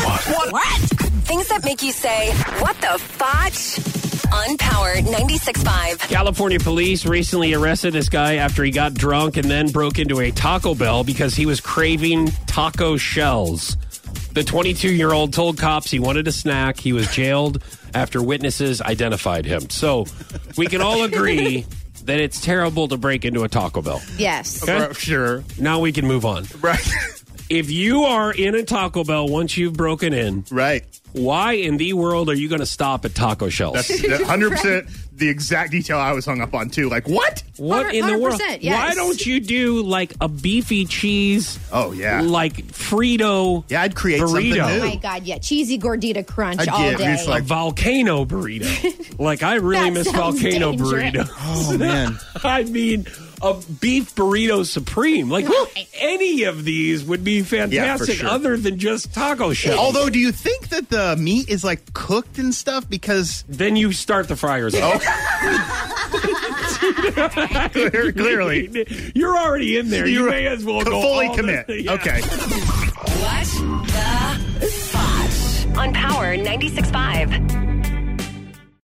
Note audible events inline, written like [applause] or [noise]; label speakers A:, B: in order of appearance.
A: What? Things that make you say, what the fotch? On Power 96.5.
B: California police recently arrested this guy after he got drunk and then broke into a Taco Bell because he was craving taco shells. The 22 year old told cops he wanted a snack. He was jailed after witnesses identified him. So we can all
C: [laughs]
B: agree that it's terrible to break into a Taco Bell.
D: Yes.
B: Okay?
C: Uh, Sure.
B: Now we can move on.
C: Right. [laughs]
B: If you are in a Taco Bell once you've broken in,
C: right.
B: why in the world are you going to stop at taco shells?
C: That's [laughs] 100% the exact detail I was hung up on, too. Like, what?
B: What in the world?
D: 100%, yes.
B: Why don't you do like a beefy cheese?
C: Oh, yeah.
B: like Frito.
C: Yeah, I'd create something
B: burrito.
C: new.
D: Oh my God, yeah. Cheesy gordita crunch
C: I
D: all
C: get it.
D: day.
C: It's
B: A
C: like-
B: volcano
C: [laughs]
B: burrito. like I really
D: That
B: miss
D: sounds
B: volcano
D: dangerous.
B: burrito.
C: [laughs] Oh, man.
B: [laughs] I mean, a beef burrito supreme. Like any of these would be fantastic,
C: sure.
B: other than just taco shells.
C: Although, do you think that the meat is like cooked and stuff? [laughs] Because
B: then you start the fryers. up.
C: Oh. clear- clearly,
B: [laughs] You're already in there. You,
C: You're-
B: may as well go
C: [laughs] fully
B: all the- [laughs]
C: [laughs] commit.
B: Yeah.
C: Okay.
A: What the fotch? On Power 96.5.